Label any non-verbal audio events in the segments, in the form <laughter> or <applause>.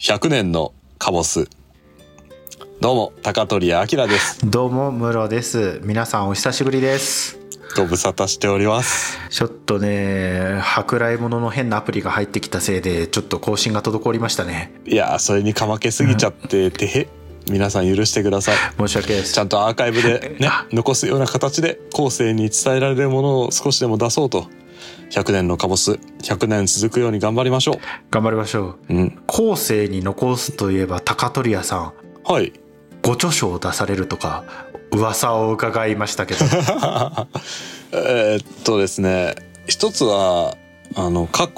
100年のカボスどうも高取明ですどうも、ムロです。皆さんお久しぶりです。ご無沙汰しておりますちょっとね、舶来物の変なアプリが入ってきたせいで、ちょっと更新が滞りましたね。いやーそれにかまけすぎちゃっててへ皆さん許してください申し訳ないです。ちゃんとアーカイブでねあ残すような形で後世に伝えられるものを少しでも出そうと100年のカボス100年続くように頑張りましょ頑張りましょう。ううん後世に残すといえば、高取屋さん、はいご著書を出されるとか、噂を伺いましたけど。えーっとですね一つはあの過去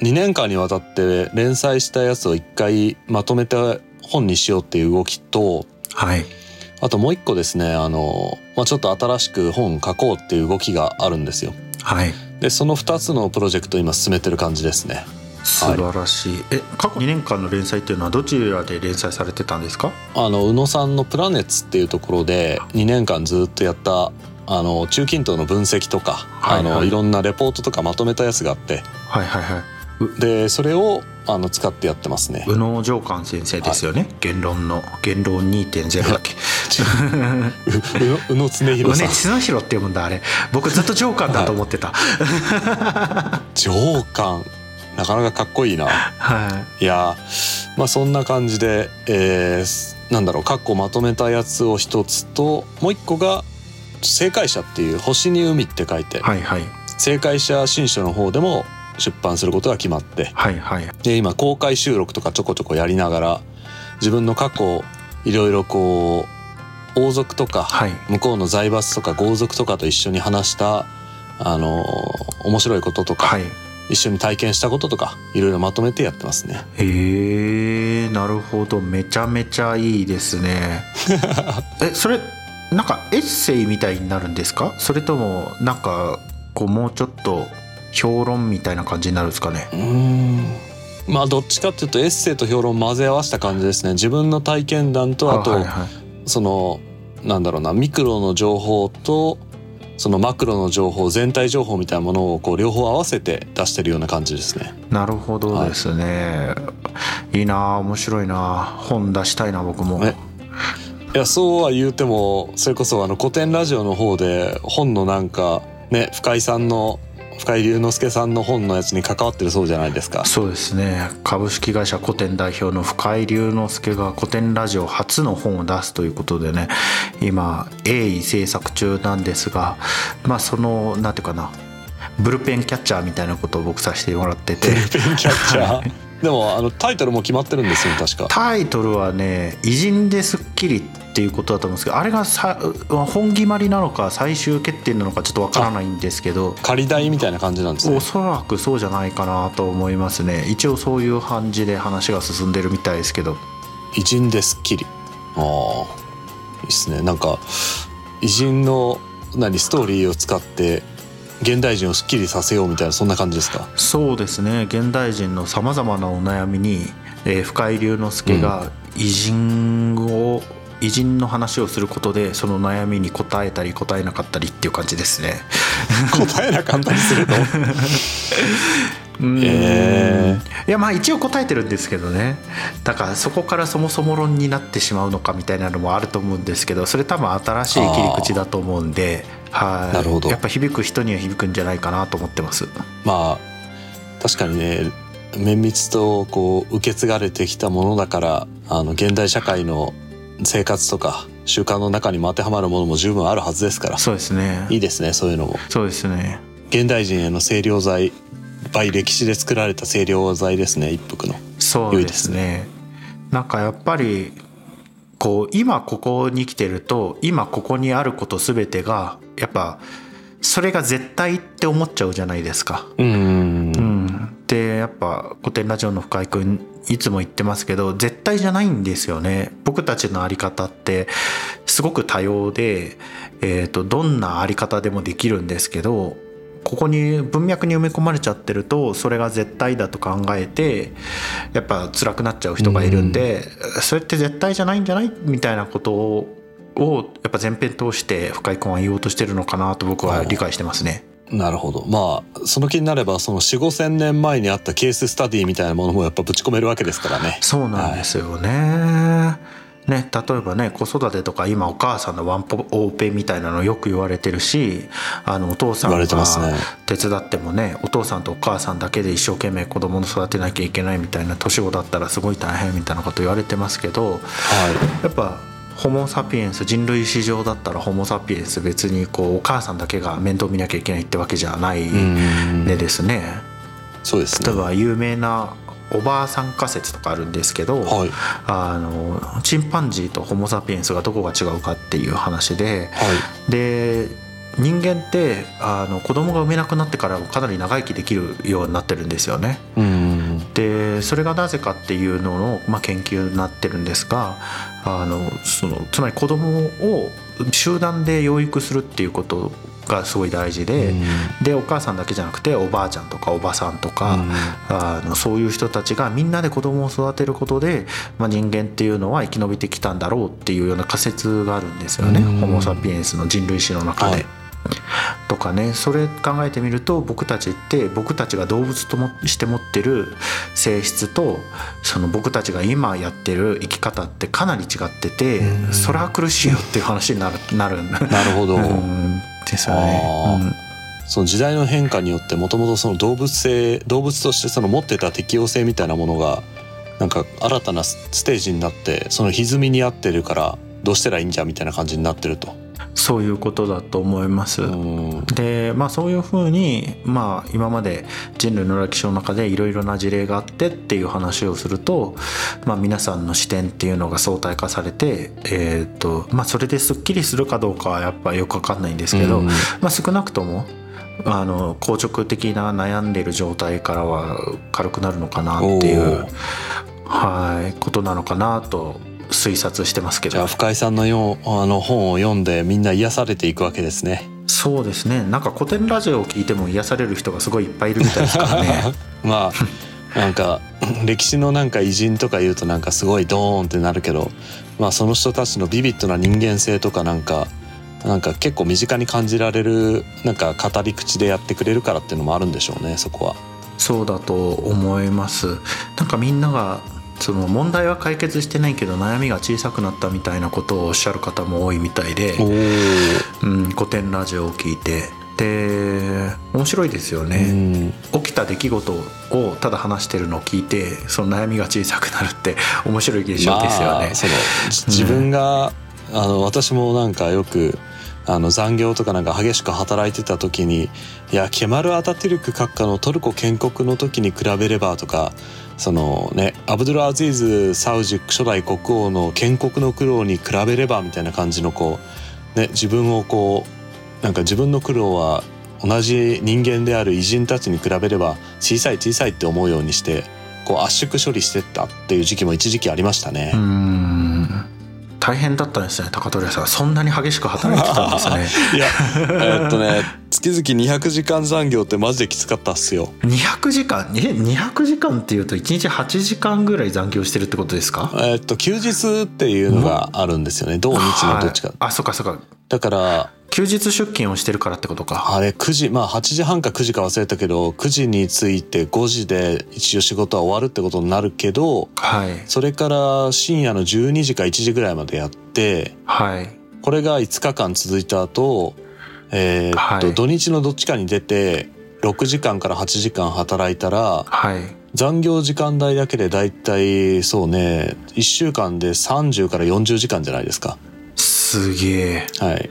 2年間にわたって連載したやつを一回まとめて本にしようっていう動きと <laughs> はい。あともう一個ですねあの、まあ、ちょっと新しく本書こうっていう動きがあるんですよはい。でその2つのプロジェクトを今進めてる感じですね素晴らしい。え、過去2年間の連載っていうのは、どちらで連載されてたんですかあの宇野さんの「プラネッツ」っていうところで2年間ずっとやったあの中近東の分析とか、はいはいあのいろんなレポートとかまとめたやつがあってはいはいはい。でそれをあの使ってやってますね。宇野上官先生ですよね。言論の、言論2.0だっけ。 <laughs> うう宇野恒う弘さねん、角広って読むんだあれ僕ずっと上官だと思ってた上官なかなかかっこいいな。 <laughs> はいやーまあそんな感じで、えーすなんだろう括弧まとめたやつを一つともう一個が「正解者」っていう「星に海」って書いて、いはいはい正解者新書の方でも出版することが決まってはいはいで今公開収録とかちょこちょこやりながら自分の過去いろいろこう王族とか、はい向こうの財閥とか豪族とかと一緒に話したあのー面白いこととか、はい一緒に体験したこととかいろいろまとめてやってますね。へえなるほどめちゃめちゃいいです <laughs> ねえそれなんかエッセイみたいになるんですかそれともなんかこうもうちょっと評論みたいな感じになるんですかねうーんまあどっちかっていうとエッセイと評論を混ぜ合わせた感じですね自分の体験談とあと、はいはいそのなんだろうなミクロの情報とそのマクロの情報全体情報みたいなものをこう両方合わせて出してるような感じですね。なるほどですね、い、いなあ面白いなあ本出したいな僕もねいやそうは言うてもそれこそあの古典ラジオの方で本のなんかね深井さんの深井龍之介さんの本のやつに関わってるそうじゃないですか。そうですね株式会社古典代表の深井龍之介が古典ラジオ初の本を出すということでね今鋭意制作中なんですがまあそのなんていうかなブルペンキャッチャーみたいなことを僕させてもらってて <laughs> ペンキャッチャーでもあのタイトルも決まってるんですよ確か。タイトルはね「偉人ですっきり」っていうことだと思うんですけどあれがさ本決まりなのか最終決定なのかちょっとわからないんですけど仮代みたいな感じなんですねお。そらくそうじゃないかなと思いますね一応そういう感じで話が進んでるみたいですけど偉人ですっきり。ああ、いいっすね。なんか偉人の何ストーリーを使って現代人をすっきりさせようみたいなそんな感じですか。そうですね現代人のさまざまなお悩みに、えー深井龍之介が偉人を、偉人の話をすることでその悩みに答えたり答えなかったりっていう感じですね。 <laughs> 答えなかったりするの。うんえいやまあ一応答えてるんですけどねだからそこからそもそも論になってしまうのかみたいなのもあると思うんですけどそれ多分新しい切り口だと思うんではいなるほどやっぱ響く人には響くんじゃないかなと思ってます。まあ確かにね。綿密とこう受け継がれてきたものだからあの現代社会の生活とか習慣の中にも当てはまるものも十分あるはずですからそうですねいいですねそういうのもそうですね現代人への清涼剤倍歴史で作られた清涼剤ですね一服のそう良いでですすねなんかやっぱりこう今ここに来てると今ここにあること全てがやっぱそれが絶対って思っちゃうじゃないですか。うんうん、でやっぱ古典ラジオの深井君いつも言ってますけど絶対じゃないんですよね僕たちの在り方ってすごく多様で、えー、とどんな在り方でもできるんですけどここに文脈に埋め込まれちゃってるとそれが絶対だと考えてやっぱ辛くなっちゃう人がいるんで、それって絶対じゃないんじゃないみたいなことををやっぱ前編通して深井君は言おうとしてるのかなと僕は理解してますね。なるほど。まあ、その気になれば、その4、5千年前にあったケーススタディみたいなものもやっぱぶち込めるわけですからね。そうなんですよね。ね、例えばね子育てとか今お母さんのワンポオペみたいなのよく言われてるしあのお父さ言んわがれてますね手伝ってもねお父さんとお母さんだけで一生懸命子供の育てなきゃいけないみたいな年子だったらすごい大変みたいなこと言われてますけどはやっぱホモ・サピエンス人類史上だったらホモ・サピエンス別にこうお母さんだけが面倒見なきゃいけないってわけじゃないい。うん。でですね、そうです例ね。えば有名なおばあさん仮説とかあるんですけど、はい。あのチンパンジーとホモ・サピエンスがどこが違うかっていう話ではい。で人間ってあの子供が産めなくなってからもかなり長生きできるようになってるんですよね。うん。でそれがなぜかっていうのを、まあ、研究になってるんですがあのそのつまり子供を集団で養育するっていうことがすごい大事で、でお母さんだけじゃなくておばあちゃんとかおばさんとか、あのそういう人たちがみんなで子供を育てることで、まあ、人間っていうのは生き延びてきたんだろうっていうような仮説があるんですよね、うんホモ・サピエンスの人類史の中で。はいとかねそれ考えてみると僕たちって僕たちが動物ともして持ってる性質とその僕たちが今やってる生き方ってかなり違っててうんそれは苦しいよっていう話になるなるんなるほど。うんですよね。うんその時代の変化によってもともとその動物性動物としてその持ってた適応性みたいなものがなんか新たなスステージになってその歪みに合ってるからどうしたらいいんじゃみたいな感じになってると。そういうことだと思います。うんでまあそういうふうに、まあ、今まで人類の歴史の中でいろいろな事例があってっていう話をすると、まあ、皆さんの視点っていうのが相対化されて、えーっとまあ、それですっきりするかどうかはやっぱよくわかんないんですけど、うんまあ、少なくとも。あの硬直的な悩んでる状態からは軽くなるのかなっていおうーはいことなのかなと推察してますけじゃあど深井さんのようあの本を読んでみんな癒されていくわけですね。そうですねなんか古典ラジオを聞いても癒される人がすごいいっぱいいるみたいですから <laughs> ね。まあなんか歴史のなんか偉人とか言うとなんかすごいドーンってなるけど、まあ、その人たちのビビッドな人間性とかなんかなんか結構身近に感じられるなんか語り口でやってくれるからっていうのもあるんでしょうねそこは。そうだと思いますなんかみんながその問題は解決してないけど悩みが小さくなったみたいなことをおっしゃる方も多いみたいで、うん、古典ラジオを聞いてで面白いですようね、ん起きた出来事をただ話してるのを聞いてその悩みが小さくなるって <laughs> 面白い現象ですよねまあ、そのじ自分が、あの私もなんかよくあの残業とかなんか激しく働いてた時に「いやケマル・アタティルク閣下のトルコ建国の時に比べれば」とかそのねアブドゥル・アズィーズ・サウジ初代国王の建国の苦労に比べればみたいな感じのこう、ね、自分をこうなんか自分の苦労は同じ人間である偉人たちに比べれば小さい小さいって思うようにしてこう圧縮処理してったっていう時期も一時期ありましたね。 <laughs> うん大変だったんですね高取さんそんなに激しく働いてたんですね <laughs> いや、えっとね、月々200時間残業ってマジできつかったっすよ。 200時間え200時間っていうと1日8時間ぐらい残業してるってことですかえっと、休日っていうのがあるんですよね。土日のどっちかはい。あそっかそっかだから、休日出勤をしてるからってことかあれ9時、まあ8時半か9時か忘れたけど、9時に着いて5時で一応仕事は終わるってことになるけど、はいそれから深夜の12時か1時ぐらいまでやって、はいこれが5日間続いた後、えーっと、はい土日のどっちかに出て、6時間から8時間働いたら、はい残業時間代だけでだいたいそうね1週間で30から40時間じゃないですかすげえはい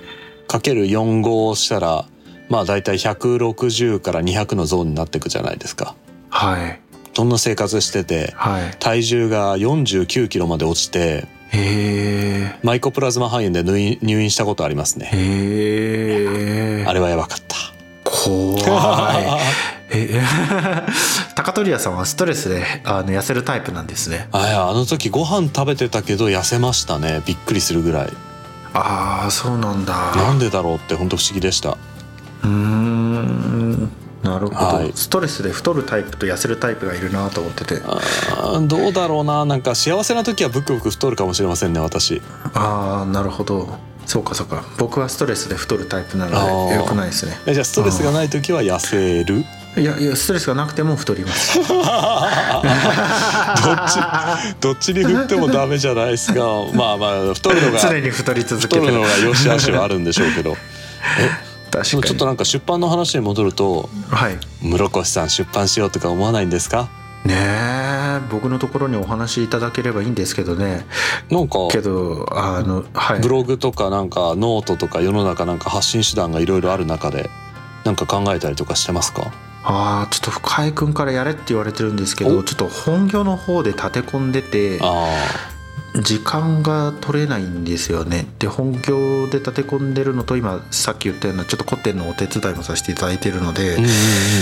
かける45をしたらまあだいたい160から200のゾーンになっていくじゃないですかはいそんな生活しててはい体重が49キロまで落ちてへマイコプラズマ肺炎で入院入院したことありますえねへえあれはやばかった怖 <laughs> い <laughs> え <laughs> 高取屋さんはストレスであの痩せるタイプなんですねあいやあの時ご飯食べてたけど痩せましたねびっくりするぐらいああそうなんだなんでだろうって本当不思議でしたうーんなるほど、はいストレスで太るタイプと痩せるタイプがいるなと思っててあーどうだろうななんか幸せな時はブクブク太るかもしれませんね私ああなるほどそうかそうか僕はストレスで太るタイプなあのーでよくないですねえじゃあストレスがない時は痩せ <laughs> るいやいやストレスがなくても太ります <laughs> どっちどっちに振ってもダメじゃないです <laughs> がまあまあ太るのが常に太り続太けてるのるが良し悪しはあるんでしょうけど確でかもにちょっとなんか出版の話に戻るとはい室越さん出版しようとか思わないんですかねえ僕のところにお話しいただければいいんですけどねなんかけどあのはいブログとかなんかノートとか世の中なんか発信手段がいろいろある中でなんか考えたりとかしてますかああちょっと深井君からやれって言われてるんですけどおちょっと本業の方で立て込んでてあ時間が取れないんですよねで本業で立て込んでるのと今さっき言ったようなちょっと古典のお手伝いもさせていただいてるので、あ、うんうん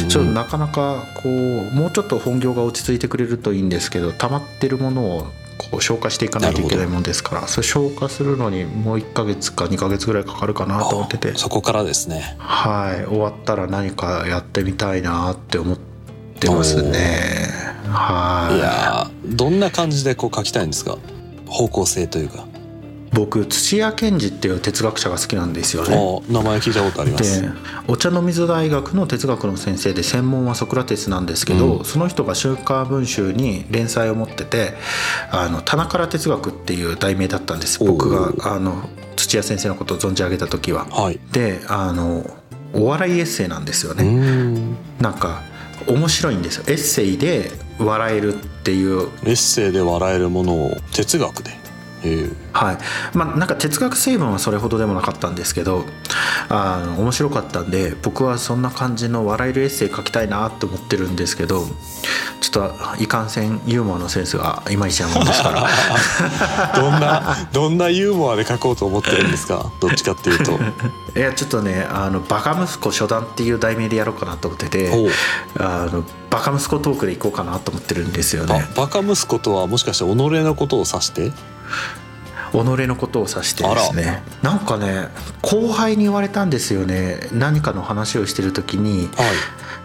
うんちょっとなかなかこうもうちょっと本業が落ち着いてくれるといいんですけど溜まってるものをこう消化していかないといけないもんですからそれ消化するのにもう1ヶ月か2ヶ月ぐらいかかるかなと思っててあそこからですねはい終わったら何かやってみたいなって思ってますねはいいやーどんな感じでこう書きたいんですか方向性というか、僕土屋健二っていう哲学者が好きなんですよねお名前聞いたことありまですお茶の水大学の哲学の先生で専門はソクラテスなんですけど、うんその人が「週刊文集」に連載を持ってて「あの棚から哲学」っていう題名だったんですおう僕があの土屋先生のことを存じ上げた時は。はいであのお笑いエッセイなんですようね。んなんか面白いんですよエッセイで笑えるっていうエッセイで笑えるものを哲学で、えーはい、まあなんか哲学成分はそれほどでもなかったんですけどあの面白かったんで僕はそんな感じの笑えるエッセイ書きたいなと思ってるんですけどちょっといかんせんユーモアのセンスがいまいちなもんですから <laughs> どん <laughs> などんなユーモアで書こうと思ってるんですかどっちかっていうと <laughs> いやちょっとね「あのバカ息子初段」っていう題名でやろうかなと思ってほてうあのバカ息子トークでいこうかなと思ってるんですよあね。バカ息子とはもしかして己のことを指して己のことを指してですねなんかね後輩に言われたんですよね何かの話をしてる時にはい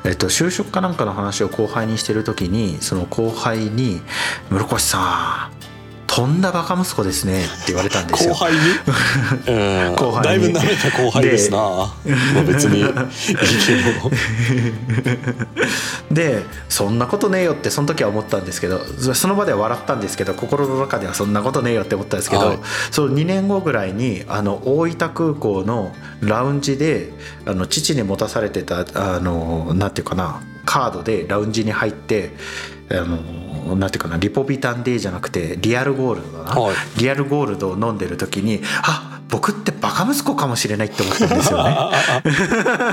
えっと、就職かなんかの話を後輩にしてる時にその後輩に「室越さんとんだバカ息子ですね」って言われたんです後よ。 <laughs> 輩にうん後輩にだいぶ舐めた後輩ですな、まあ、別にいいけ <laughs> どで「そんなことねえよ」ってその時は思ったんですけどそその場では笑ったんですけど心の中では「そんなことねえよ」って思ったんですけど、はいその2年後ぐらいにあの大分空港のラウンジであの父に持たされてたあのなんていうかなカードでラウンジに入ってあのなんていうかなリポビタンデーじゃなくてリアルゴールドだな、はいリアルゴールドを飲んでる時にあ僕ってバカ息子かもしれないって思ったんですよね。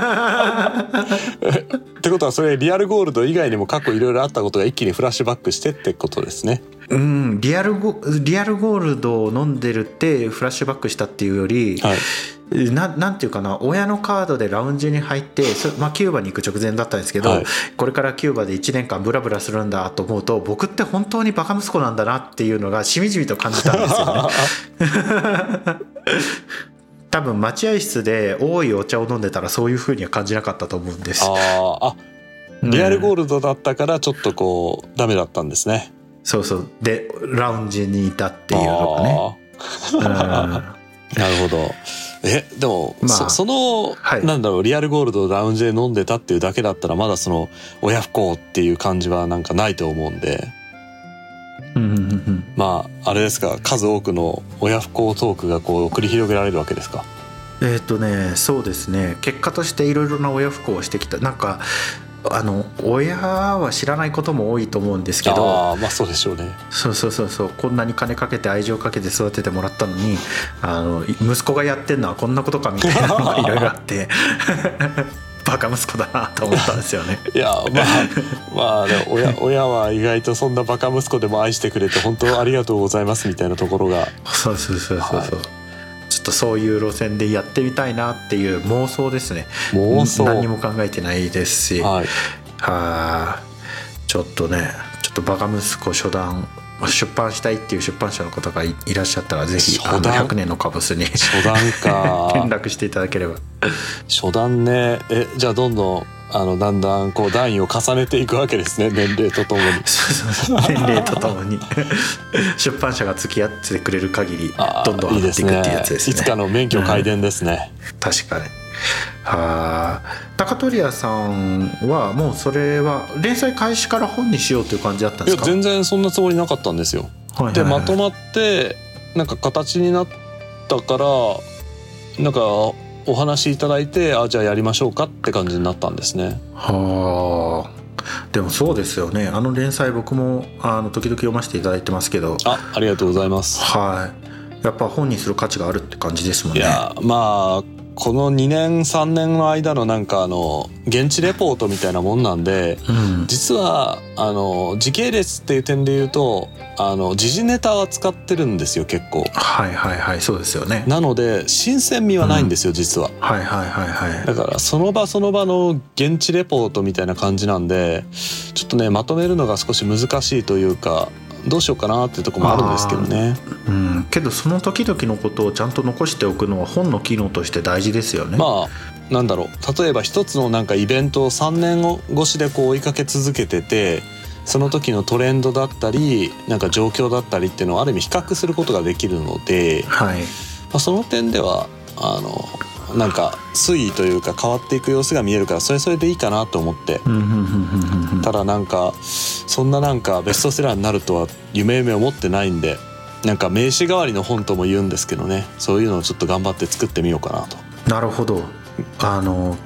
<laughs> ってことはそれリアルゴールド以外にも過去いろいろあったことが一気にフラッシュバックしてってことですねうん、リアルゴリアルゴールドを飲んでるってフラッシュバックしたっていうより、はいななんていうかな親のカードでラウンジに入って、そまあ、キューバに行く直前だったんですけど、はいこれからキューバで1年間ブラブラするんだと思うと僕って本当にバカ息子なんだなっていうのがしみじみと感じたんですよね。 <laughs> 多分待合室で多いお茶を飲んでたらそういうふうには感じなかったと思うんです。あーあリアルゴーールドだったからちょっとこうダメだったんですねそうそうでラウンジにいたっていうのがね。うんなるほど。え、でも、まあそその、はいなんだろう、リアルゴールドをラウンジで飲んでたっていうだけだったら、まだその、親不孝っていう感じはなんかないと思うんで、うんうんうんうんまあ、あれですか、数多くの親不孝トークがこう、繰り広げられるわけですか。えっ、とねそうですね結果としていろいろな親不幸をしてきたなんかあの親は知らないことも多いと思うんですけどああ、まあそうでしょうね。そうそうそうそうこんなに金かけて愛情かけて育ててもらったのにあの息子がやってんのはこんなことかみたいなの <laughs> がいろいろあってバカ息子だなと思ったんですよね。いや、まあ、ま <laughs> あ、でも親、親は意外とそんなバカ息子でも愛してくれて、本当ありがとうございますみたいなところが、そうそうそうそうそう、はちょっとそういう路線でやってみたいなっていう妄想ですね妄想。何にも考えてないですし、はい。はあちょっとねちょっとバカ息子初段出版したいっていう出版社の方がいいらっしゃったらぜひあの初段100年のカボスに初段か。連絡していただければ初段ねえじゃあどんどんあのだんだんこう段位を重ねていくわけですね年齢とともに。そうそう年齢とともに出版社が付き合ってくれる限りあーどんどん上がっていくっていうやつですねいいつかの免許改伝ですね。確かにはあ高取屋さんはもうそれは連載開始から本にしようという感じだったんいでやすか全然そんなつもりなかったんですよ。はいではいはまいとまってなんか形になったからなんかお話いただいてあじゃあやりましょうかって感じになったんですね。はあでもそうですよねあの連載僕もあの時々読ませていただいてますけどあありがとうございます。はいやっぱ本にする価値があるって感じですもんいねやまあこの2年3年の間のなんかあの現地レポートみたいなもんなんでうん実はあの時系列っていう点で言うとあの時事ネタは使ってるんですよ結構。はいはいはいそうですよねなので新鮮味はないんですよ、実は。はいはいはいはいだからその場その場の現地レポートみたいな感じなんでちょっとねまとめるのが少し難しいというかどうしようかなっていうところもあるんですけどねうんけどその時々のことをちゃんと残しておくのは本の機能として大事ですよねまあなんだろう例えば一つのなんかイベントを3年越しでこう追いかけ続けててその時のトレンドだったりなんか状況だったりっていうのをある意味比較することができるので、はいまあ、その点ではあのなんか推移というか変わっていく様子が見えるからそれそれでいいかなと思ってうんうんうんうんうんうんただなんかそんななんかベストセラーになるとは夢夢思ってないんでなんか名刺代わりの本とも言うんですけどねそういうのをちょっと頑張って作ってみようか <laughs> なとなるほどあの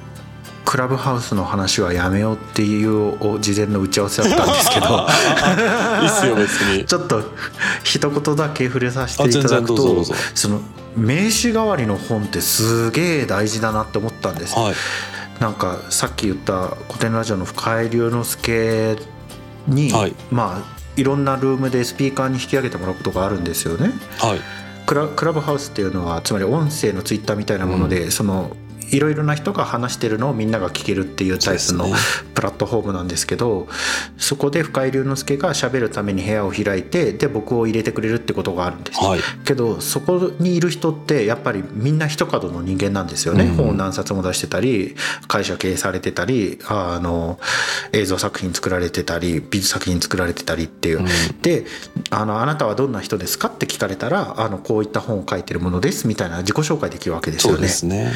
クラブハウスの話はやめようっていうお事前の打ち合わせだったんです <laughs> けどいいっすよ別にちょっと一言だけ触れさせていただくあ全然どうぞどとうぞその名刺代わりの本ってすげえ大事だなって思ったんですはいなんかさっき言った古典ラジオの深井龍之介に、はいまあいろんなルームでスピーカーに引き上げてもらうことがあるんですよね。はいクラクラブハウスっていうのはつまり音声のツイッターみたいなもので、そのいろいろな人が話してるのをみんなが聞けるっていうタイプのそうですプラットフォームなんですけどそこで深井龍之介が喋るために部屋を開いてで僕を入れてくれるってことがあるんです、はいけどそこにいる人ってやっぱりみんな一角の人間なんですよね、うん本を何冊も出してたり会社経営されてたりあの映像作品作られてたり美術作品作られてたりっていう、であの「あなたはどんな人ですか?」って聞かれたらあのこういった本を書いてるものですみたいな自己紹介できるわけですそようでね。すね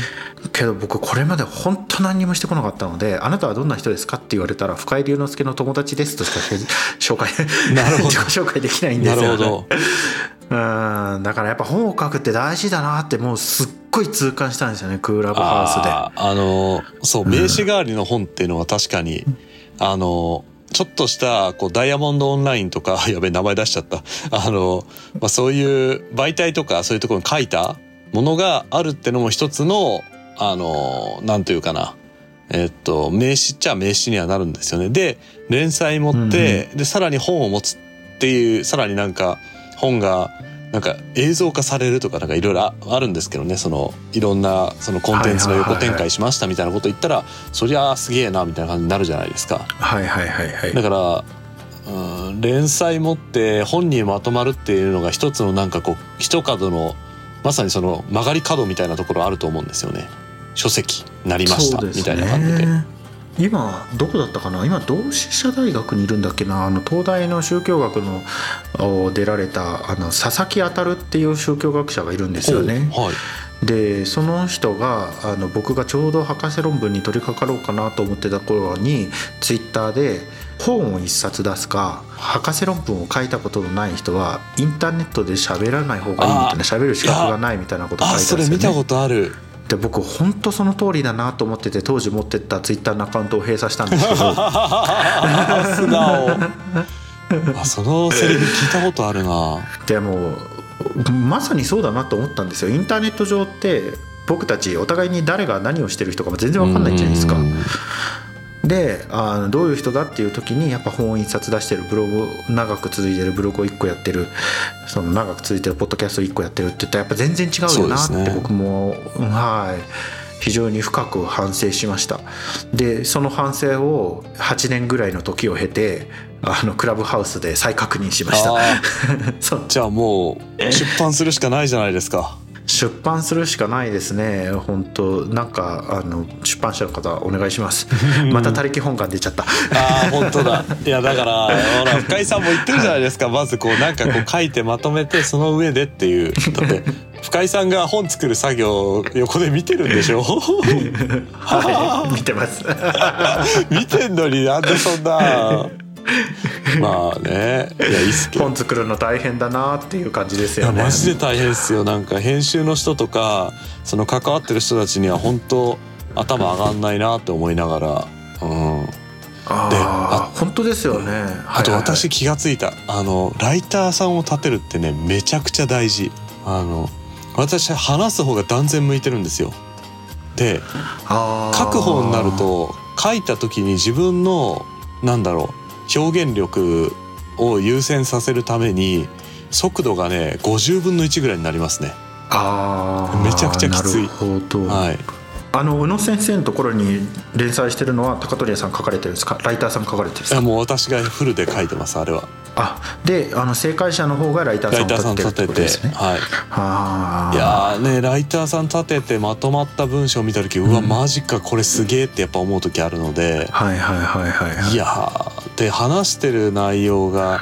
けど僕これまで本当何にもしてこなかったので「あなたはどんな人ですか?」って言われたら「深井龍之介の友達です」としか <laughs> 紹介なるほど自己紹介できないんですなよ、ね。るほど <laughs> うんだからやっぱ本を書くって大事だなってもうすっごい痛感したんですよねクーラブハウスで。あーあのそう名刺代わりの本っていうのは確かに、あのちょっとしたこうダイヤモンドオンラインとか <laughs> やべえ名前出しちゃったあの、まあ、そういう媒体とかそういうところに書いたものがあるってのも一つのあのなんというかなえっと名刺っちゃ名刺にはなるんですよね。で連載持って、でさらに本を持つっていうさらになんか本がなんか映像化されるとかなんかいろいろああるんですけどねそのいろんなそのコンテンツの横展開しましたみたいなこと言ったら、そりゃあすげえなみたいな感じになるじゃないですか。はいはいはいはい。だからうん連載持って本にまとまるっていうのが一つのなんかこう一角のまさにその曲がり角みたいなところあると思うんですよね。書籍なりました、そうでみすたねいな感じで。今どこだったかな今同志社大学にいるんだっけなあの東大の宗教学のお出られたあの佐々木あたるっていう宗教学者がいるんですよね。ほうはい。でその人があの僕がちょうど博士論文に取り掛かろうかなと思ってた頃にツイッターで本を一冊出すか博士論文を書いたことのない人はインターネットで喋らない方がいいみたいな喋る資格がないみたいなこと書いあてあそるんでれすよ見たこね。とある。で僕本当その通りだなと思ってて当時持ってったツイッターのアカウントを閉鎖したんです <laughs> けど素直。あそのセリフ聞いたことあるな。でもまさにそうだなと思ったんですよ。インターネット上って僕たちお互いに誰が何をしてる人かも全然わかんないじゃないですかう。んであのどういう人だっていう時にやっぱ本を一冊出してるブログ長く続いてるブログを1個やってるその長く続いてるポッドキャスト1個やってるって言ったらやっぱ全然違うよなっそうですてね僕も、うんはい非常に深く反省しましたでその反省を8年ぐらいの時を経てあのクラブハウスで再確認しましたあー <laughs> そうじゃあもう出版するしかないじゃないですか。出版するしかないですね本当なんかあの出版社の方お願いします <laughs> また他力本願出ちゃったああ本当だいやだからほら深井さんも言ってるじゃないですかまずこうなんかこう書いてまとめてその上でっていうだって深井さんが本作る作業を横で見てるんで <laughs> しょ <laughs> はい見てます見てんのになんでそんなまあねいやいいっすけど本作るの大変だなっていう感じですいよやねマジで大変ですよなんか編集の人とかその関わってる人たちには本当頭上がんないなって思いながら、うん、であああ本当ですよね、あとはいはい私気がついた、あのライターさんを立てるってねめちゃくちゃ大事あの私話す方が断然向いてるんですよであー書く方になると書いた時に自分のなんだろう表現力を優先させるために速度がね50分の1ぐらいになりますねあーめちゃくちゃきついなるほど、はいあの宇野先生のところに連載してるのは高取屋さん書かれてるんですかライターさん書かれてるんですいやかもう私がフルで書いてますあれはあであの正解者の方がライターラさんイをターさん立立ってるっててことてですねはいあいーやーねライターさん立ててまとまった文章を見た時うわうんマジかこれすげえってやっぱ思う時あるので、はいはいはいはいはいいやーで話してる内容が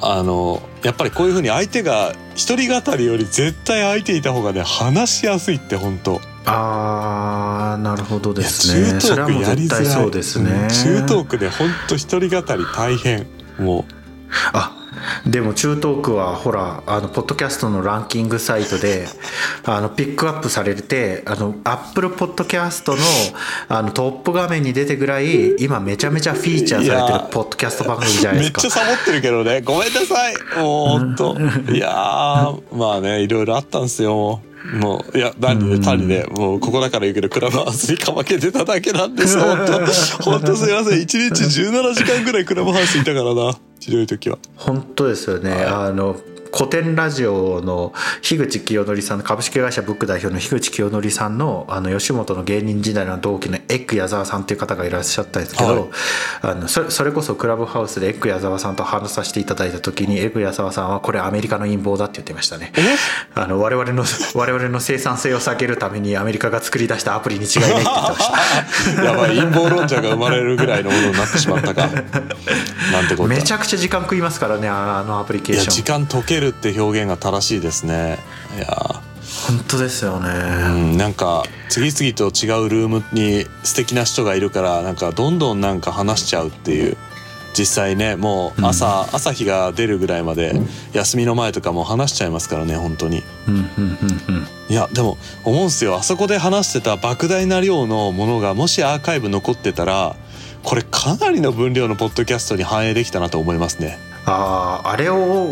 あのやっぱりこういう風に相手が一人語りより絶対相手いた方がね話しやすいって本当あーなるほどですいやねそれはもうやり絶づらい対そうですね、うん中トークで本当一人語り大変もあでも中東区はほらあのポッドキャストのランキングサイトで <laughs> あのピックアップされてあのアップルポッドキャストのあのトップ画面に出てぐらい今めちゃめちゃフィーチャーされいやてるポッドキャスト番組じゃうないめですっかちゃサボってるけどねごめんなさいもう本当いやーまあねいろいろあったんですよもうもういや何うでん単にねもうここだから言うけどクラブハウスにかまけてただけなんです本当本当すいません一日17時間ぐらいクラブハウスいたからなひどい時は。本当ですよね、はいあの古典ラジオの樋口清則さんの株式会社ブック代表の樋口清則さんのあの吉本の芸人時代の同期のエッグ矢沢さんっていう方がいらっしゃったんですけど、はいあのそれそれこそクラブハウスでエッグ矢沢さんと話させていただいた時にエッグ矢沢さんはこれアメリカの陰謀だって言ってましたねえあの我々の <laughs> 我々の生産性を下げるためにアメリカが作り出したアプリに違いないって言ってまし <laughs> たやばい陰謀論者が生まれるぐらいのものになってしまったか。なんてことだめちゃくちゃ時間食いますからねああのアプリケーいやシ時ョ間ン解けるって表現が正しいですね。いや本当ですよね、うん、なんか次々と違うルームに素敵な人がいるからなんかどんどんなんか話しちゃうっていう実際ねもう朝、朝日が出るぐらいまで休みの前とかも話しちゃいますからね本当にうんうんうんうんいやでも思うんすよあそこで話してた莫大な量のものがもしアーカイブ残ってたらこれかなりの分量のポッドキャストに反映できたなと思いますねあああれを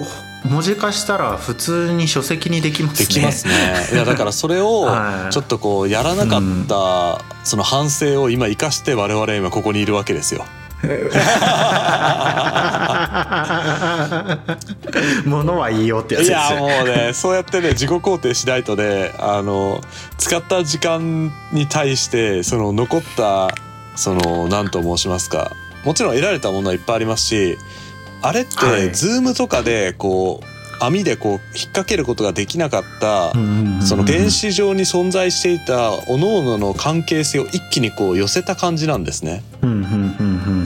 文字化したら普通に書籍にできますねできます <laughs> ね。いやだからそれをはいちょっとこうやらなかったその反省を今生かして我々今ここにいるわけですよ。ものはいいよってやついでやすもうね <laughs> ねそうやってね自己肯定しないとねあの使った時間に対してその残ったその何と申しますかもちろん得られたものはいっぱいありますしあれっはていズームとかでこう網でこう引っ掛けることができなかったうんうんうんその電子上に存在していた各々の関係性を一気にこう寄せた感じなんですね。うんうんうんうん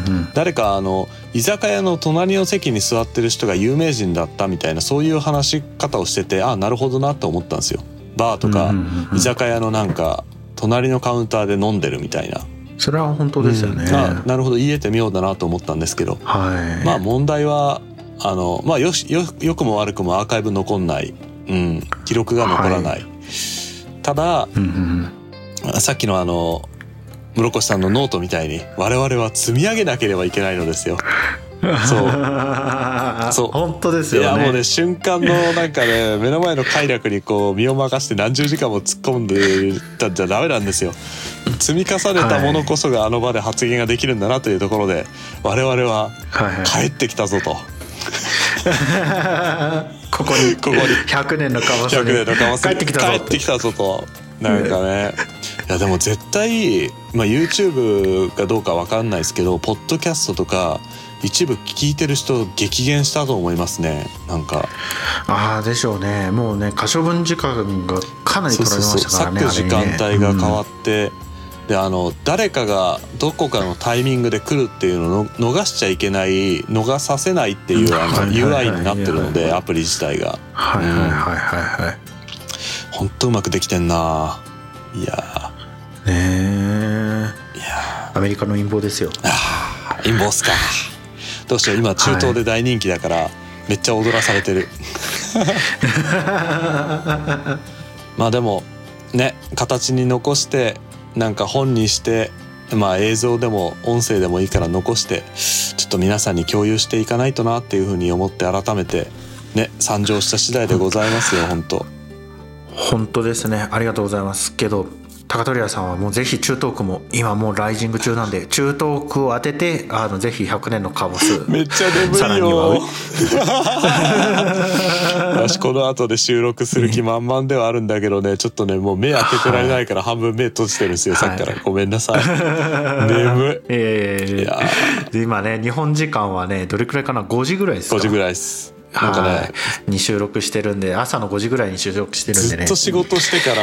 うん誰かあの居酒屋の隣の席に座ってる人が有名人だったみたいなそういう話し方をしててあなるほどなと思ったんですよ。バーとかうんうんうんうん居酒屋のなんか隣のカウンターで飲んでるみたいな。それは本当ですよね、うんあなるほど言えてみようだなと思ったんですけどはいまあ問題はあのまあよしよ良くも悪くもアーカイブ残んない、うん、記録が残らない。ただうんうんさっきのあの室越さんのノートみたいに我々は積み上げなければいけないのですよ。うん <laughs> そうそう本当ですいよねやもうね瞬間のなんかね <laughs> 目の前の快楽にこう身を任せて何十時間も突っ込んでたんじゃダメなんですよ。積み重ねたものこそがあの場で発言ができるんだなというところで我々ははいはい帰ってきたぞと。 <laughs> ここに <laughs> ここに100年のカワサに100年のカワサに帰ってきたぞ帰ってきたぞとなんか <laughs> ねいやでも絶対、まあ、YouTube かどうかわかんないですけどポッドキャストとか一部聞いてる人激減したと思いますねなんかああでしょうねもうね可処分時間がかなりそう取られそうそまうしたから割ねく時間帯が変わっって、であの誰かがどこかのタイミングで来るっていうのをの逃しちゃいけない逃させないっていうあのはいはいはい UI になってるのでアプリ自体がはいはいはいはいはい本当うまくできてんないやねーいやえアメリカの陰謀ですよ <laughs> ーあー陰謀っすかどうしよう今中東で大人気だから、めっちゃ踊らされてるまあでもね形に残してなんか本にしてまあ映像でも音声でもいいから残してちょっと皆さんに共有していかないとなっていうふうに思って改めてね参上した次第でございますよ本当本当ですねありがとうございますけど高取屋さんはもうぜひ中東区も今もうライジング中なんで中東区を当ててあのぜひ100年のカボス <laughs> めっちゃさら眠いにはよ私この後で収録する気満々ではあるんだけどねちょっとねもう目開けてられないから半分目閉じてるんですよ、さっきからごめんなさい眠いええいやで今ね日本時間はねどれくらいかな5時ぐらいですか5時ぐらいですなんかはねいに収録してるんで朝の5時ぐらいに収録してるんずでねっと仕事してか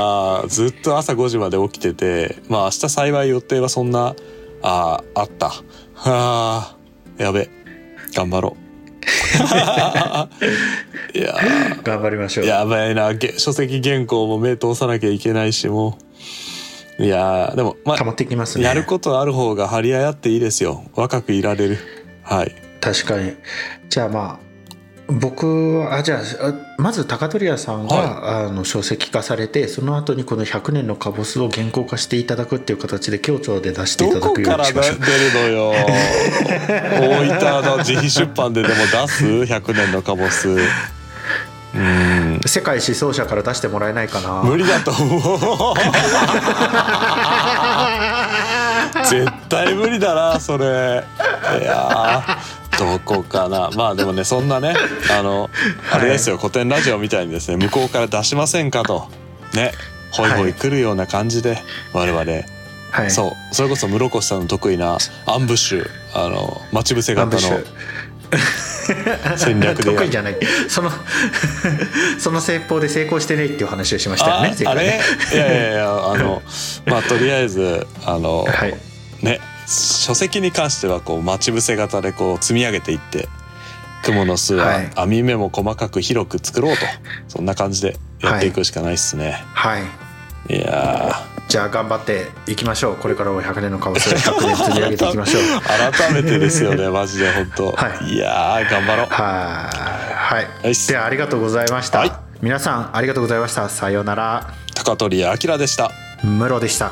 らずっと朝5時まで起きててまあ明日幸い予定はそんなあーあったはあやべ頑張 <laughs> ろういやー頑張りましょうやばいなげ書籍原稿も目通さなきゃいけないしもういやーでもま溜まあってきますねやることある方が張り合いあっていいですよ若くいられるはい確かにじゃあまあ僕はあじゃああまず高取屋さんが、あの書籍化されてその後にこの「100年のカボス」を原稿化していただくっていう形で協調で出していたどだこくよかうにらし出ましょるうのよ <laughs> 大分の自費出版ででも出す100年のカボスうん世界思想者から出してもらえないかな無理だと思う絶対無理だなそれいやーどこかなまあでもねそんなねあのあれですよ、古典ラジオみたいにですね向こうから出しませんかとねホイホはイい来るような感じで、我々はいそうそれこそ室越さんの得意なアンブッシュあの待ち伏せア型ンブッシのュ戦略で <laughs> 得意じゃないその <laughs> その戦法で成功してねっていう話をしましたよねああれいやいやいやあのまあとりあえずあの、前回ねね書籍に関してはこう待ち伏せ型でこう積み上げていって雲の巣ははい編み目も細かく広く作ろ <laughs> うとそんな感じでやっていくしかないっすね、はいはいい、やじゃあ頑張っていきましょうこれからも100年のカボス100年積み上げていきましょ <laughs> うー改めてですよねマジで本当、、はいやー頑張ろうはい、はよい、しではありがとうございました、はい皆さんありがとうございましたさようなら高取明でしたムロでした